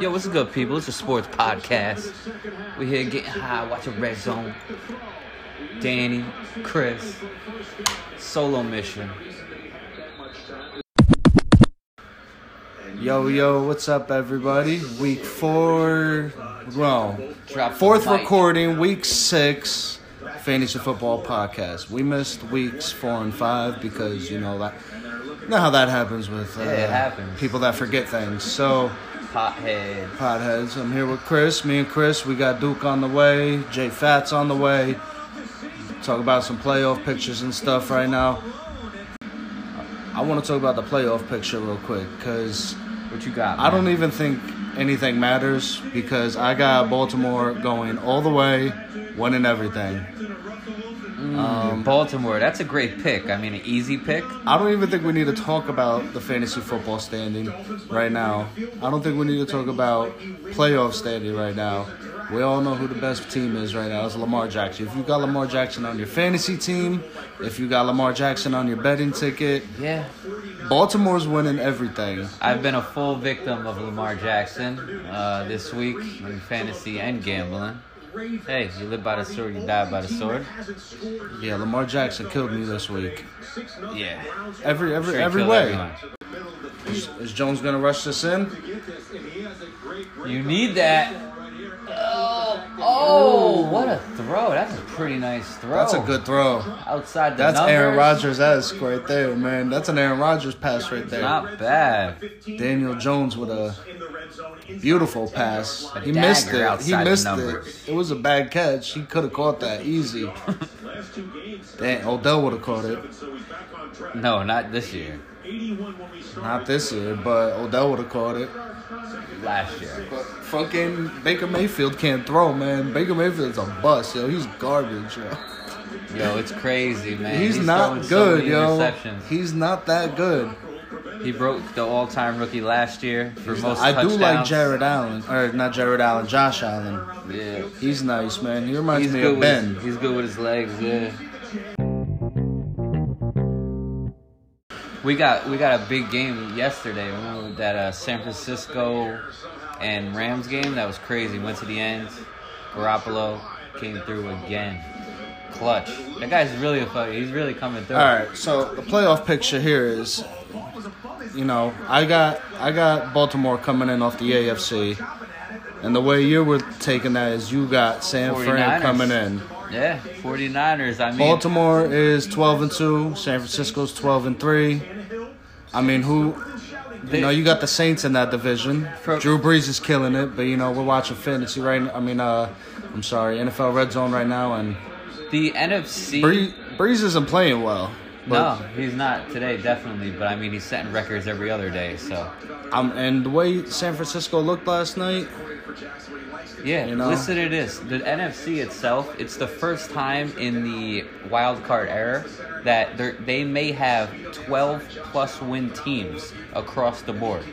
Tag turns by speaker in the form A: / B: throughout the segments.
A: Yo, what's good, people? It's a sports podcast. We're here getting high, watching Red Zone. Danny, Chris, solo mission.
B: Yo, yo, what's up, everybody? Week four, well,
A: Drop the
B: fourth
A: mic.
B: recording, week six, fantasy football podcast. We missed weeks four and five because, you know, that, you know how that happens with uh,
A: it happens.
B: people that forget things. So,
A: Pothead.
B: Potheads, I'm here with Chris. Me and Chris, we got Duke on the way, Jay Fats on the way. Talk about some playoff pictures and stuff right now. I want to talk about the playoff picture real quick because.
A: What you got?
B: I don't even think anything matters because I got Baltimore going all the way, winning everything.
A: Um, Baltimore. That's a great pick. I mean, an easy pick.
B: I don't even think we need to talk about the fantasy football standing right now. I don't think we need to talk about playoff standing right now. We all know who the best team is right now. It's Lamar Jackson. If you got Lamar Jackson on your fantasy team, if you got Lamar Jackson on your betting ticket,
A: Yeah.
B: Baltimore's winning everything.
A: I've been a full victim of Lamar Jackson uh, this week in fantasy and gambling. Hey, you live by the sword, you die by the sword.
B: Yeah, Lamar Jackson killed me this week.
A: Yeah.
B: Every every
A: Straight
B: every
A: kill
B: way.
A: everyone.
B: Is, is Jones gonna rush this in?
A: You need that. Oh, oh, what a throw. That's a pretty nice throw.
B: That's a good throw.
A: outside the
B: That's Aaron
A: numbers.
B: Rodgers esque right there, man. That's an Aaron Rodgers pass right there.
A: Not bad.
B: Daniel Jones with a beautiful pass. He
A: dagger
B: missed it. He
A: outside the
B: missed it.
A: numbers.
B: It was a bad catch. He could have caught that easy. Dang, Odell would have caught it.
A: No, not this year.
B: Not this year, but Odell would have caught it.
A: Last year.
B: But fucking Baker Mayfield can't throw, man. Baker Mayfield's a bust, yo. He's garbage, yo.
A: Yo, it's crazy, man.
B: He's,
A: throwing
B: not
A: so
B: good,
A: many
B: yo.
A: interceptions.
B: He's not that good.
A: He broke the all-time rookie last year for most
B: I do like
A: touchdowns.
B: Jared Allen, or not Jared Allen, Josh Allen.
A: Yeah.
B: He's nice, man. He reminds
A: He's
B: me
A: good,
B: of
A: with
B: Ben.
A: his, he's good with his legs, yeah. We got we got a big game yesterday. Remember that uh, San Francisco and Rams game? That was crazy. Went to the end. Garoppolo came through again. Clutch. That guy's really a fuck. He's really coming through.
B: All right, so the playoff picture here is, you know, I got I got Baltimore coming in off the AFC, and the way you were taking that is you got San
A: 49ers.
B: Fran coming in.
A: Yeah, 49ers. I mean,
B: Baltimore is 12 and 2, San Francisco's 12 and 3. I mean, who you know, you got the Saints in that division.
A: Pro-
B: Drew Brees is killing it, but you know, we're watching fantasy right I mean, uh I'm sorry, NFL red zone right now and
A: the NFC.
B: Brees, Brees isn't playing well.
A: no, he's not today, definitely. But I mean, he's setting records every other day. So
B: Um, and the way San Francisco looked last night,
A: Yeah,
B: You know?
A: listen to this. The NFC itself, it's the first time in the wild card era that they're- they may have 12 plus win teams across the board.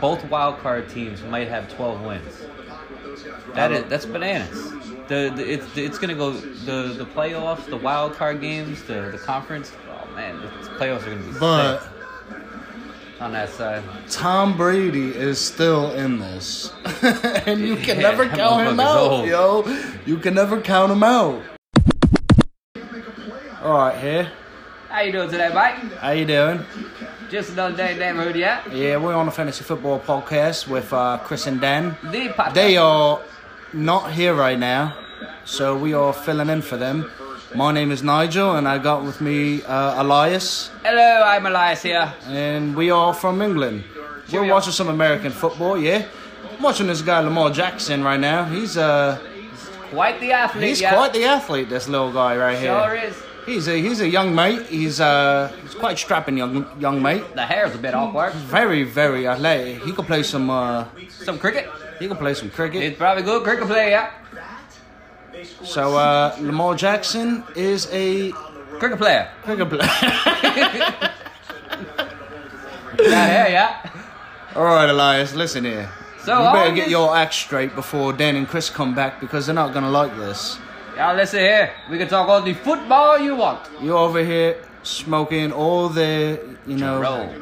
A: Both wild card teams might have 12 wins. That is that's bananas. The, the it's it's gonna go the the playoffs, the wild card games, the the conference. Oh man, the playoffs are gonna be
B: but
A: sick on that side.
B: Tom Brady is still in this, and you can
A: Yeah,
B: never
A: that
B: count him
A: motherfucker's
B: out,
A: old.
B: yo. You can never count him out. All right, here.
A: How you doing today, Mike?
B: How you doing?
A: Just another day in that road, yeah.
B: Yeah, we're on a fantasy football podcast with uh, Chris and Dan.
A: The podcast.
B: They are not here right now, so we are filling in for them. My name is Nigel, and I got with me uh, Elias.
A: Hello, I'm Elias here.
B: and we are from England. We're
A: Cheerio.
B: watching some American football, yeah. I'm watching this guy Lamar Jackson right now. He's uh
A: Quite the athlete,
B: he's
A: yeah.
B: quite the athlete, this little guy right
A: Sure
B: here.
A: is.
B: He's a he's a young mate. He's uh he's quite strapping young young mate.
A: The hair's a bit awkward.
B: Very, very athletic. He can play some uh
A: Some cricket.
B: he can play some cricket.
A: He's probably good cricket player, yeah.
B: So uh Lamar Jackson is a
A: Cricket player.
B: cricket player.
A: That hair, yeah.
B: Alright Elias, listen here.
A: So
B: you better
A: on
B: get
A: this-
B: your act straight before Dan and Chris come back because they're not gonna like this.
A: Y'all listen here. We can talk all the football you want.
B: You over here smoking all the, you know,
A: Roll.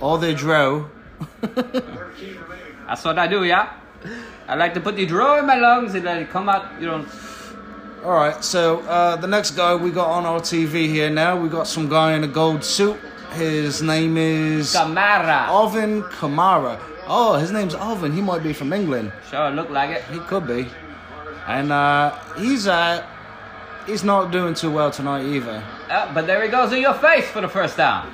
B: all the dro.
A: That's what I do, yeah. I like to put the draw in my lungs and let it come out, you know.
B: All right, so uh, the next guy we got on our TV here now, we got some guy in a gold suit. His name is
A: Samara.
B: Alvin Kamara. Oh, his name's Alvin. He might be from England.
A: Sure, look like it.
B: He could be. And uh, he's uh, he's not doing too well tonight either.
A: Uh, but there he goes in your face for the first down.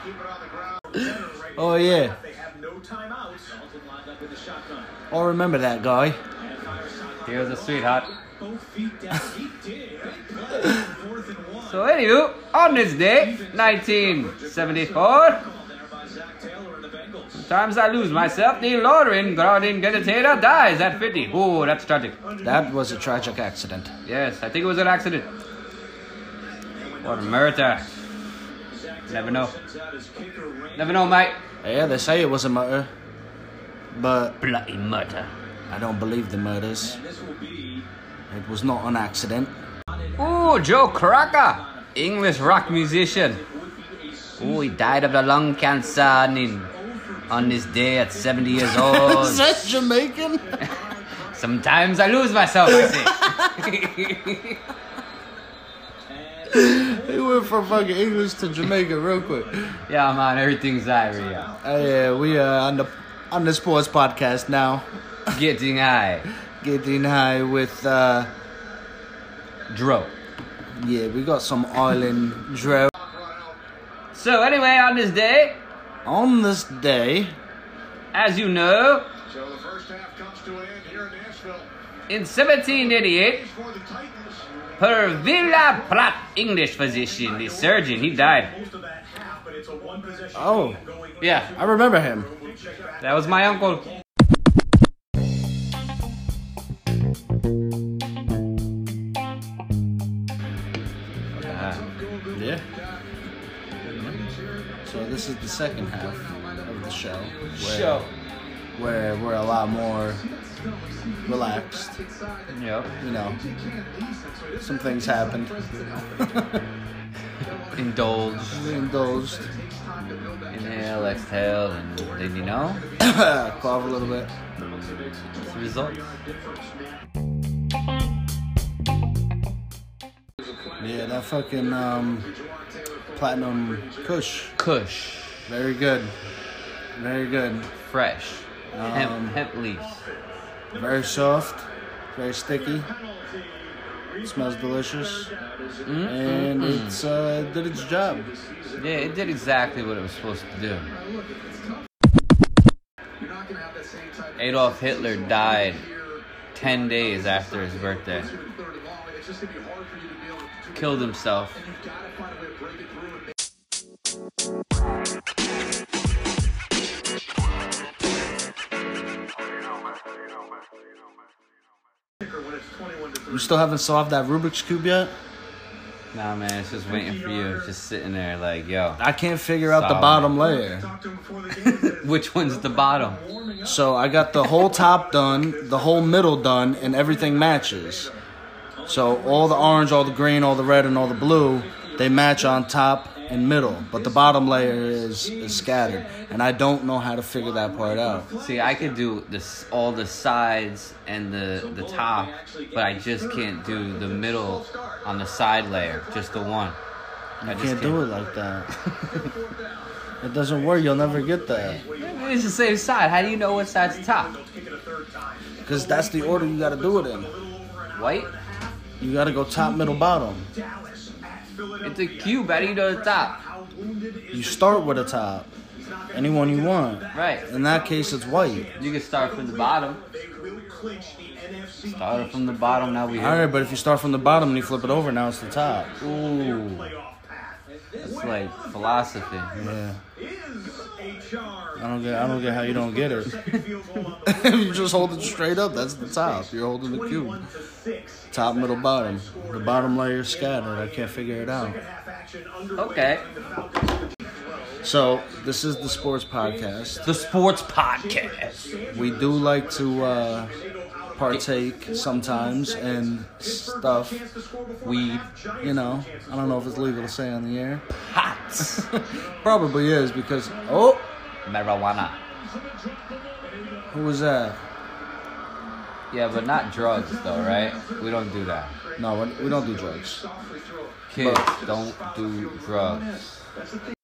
B: Oh yeah,
C: They have no timeouts. Dalton lined up in the shotgun.
B: Oh, I remember that guy.
C: And fires sideline.
A: He was a sweetheart.
C: Both feet down. He did. Great play. Fourth and one.
A: So, anywho, on this day, 1974,
C: Called there by Zach Taylor and the Bengals.
A: times I lose myself, the Lauren Grodin Genitator dies at 50. Ooh, that's tragic.
B: That was a tragic accident.
A: Yes, I think it was an accident. Or murder.
C: Zach
A: Never
C: Taylor
A: know.
C: sends out his kicker, Ray.
A: Never know, mate.
B: Yeah, they say it was a murder, but
A: Bloody murder.
B: I don't believe the murders.
C: And this will be
B: It was not an accident.
A: Ooh, Joe Crocker, English rock musician. Ooh, he died of the lung cancer in, on this day at 70 years
B: Is
A: old.
B: that Jamaican?
A: Sometimes I lose myself, I say.
B: they went from fucking English to Jamaica real quick.
A: yeah, man, everything's diarrhea.
B: Uh, yeah, we are on the on the sports podcast now,
A: Getting high.
B: getting high with. Uh,
A: Dro.
B: yeah, we got some island drill.
A: So, anyway, on this day,
B: On this day,
A: as you know,
D: So the first half comes to an end here in Nashville.
A: in 1788,
D: For the Titans,
A: Pervilla Pratt, English physician, the surgeon, he died.
C: most of that half, but it's a one possession
B: Oh.
C: game going
A: Yeah,
B: I remember him.
A: That was my uncle.
B: Yeah. So this is the second half of the show. Where,
A: Show.
B: Where we're a lot more relaxed.
A: Yep.
B: You know, some things happened.
A: Indulge.
B: We indulged,
A: Inhale, exhale, and then you know.
B: cough a little bit.
A: It's the result.
B: Yeah, that fucking um, platinum Kush.
A: Kush.
B: Very good. Very good.
A: Fresh.
B: Um,
A: hemp, hemp leaves.
B: Very soft. Very sticky. Smells delicious. And it's uh, did its job.
A: Yeah, it did exactly what it was supposed to do. Adolf Hitler died 10 days after his birthday. Killed himself.
B: You still haven't solved that Rubik's Cube yet?
A: Nah, man, it's just waiting for you. It's just sitting there like, yo.
B: I can't figure out the
A: Solid.
B: bottom layer.
A: Which one's the bottom?
B: So I got the whole top done, the whole middle done, and everything matches. So all the orange, all the green, all the red, and all the blue, they match on top and middle. But the bottom layer is, is scattered. And I don't know how to figure that part out.
A: See, I could do this all the sides and the the top, but I just can't do the middle on the side layer, just the one. I
B: You
A: just
B: can't do it like that. it doesn't work. You'll never get that.
A: It's the same side. How do you know what side's top?
B: Because that's the order you got to do it in.
A: White?
B: You got to go top, middle, bottom.
A: It's a cube. How do you know the top?
B: You start with a top. Anyone you want.
A: Right.
B: In that case, it's white.
A: You can start from the bottom. Started from the bottom. Now we
B: All
A: here.
B: right, but if you start from the bottom and you flip it over, now it's the top.
A: Ooh, that's like philosophy.
B: Yeah,
C: is a charge.
B: I don't get. I don't get how you don't get it.
C: Second field goal on
B: If you just hold it straight up. That's the top. You're holding the cube.
C: 21 to 6.
B: Top, middle, bottom. The bottom layer is scattered. I can't figure it out.
C: Half action underway.
A: Okay.
B: So this is the sports podcast.
A: The sports podcast.
B: We do like to uh, partake sometimes in stuff.
A: We
B: You know, I don't know if it's legal to say on the air.
A: pots
B: Probably is because oh,
A: marijuana.
B: Who was that?
A: Yeah, but not drugs though, right? We don't do that.
B: No, we- we don't do drugs.
A: Kids don't do drugs.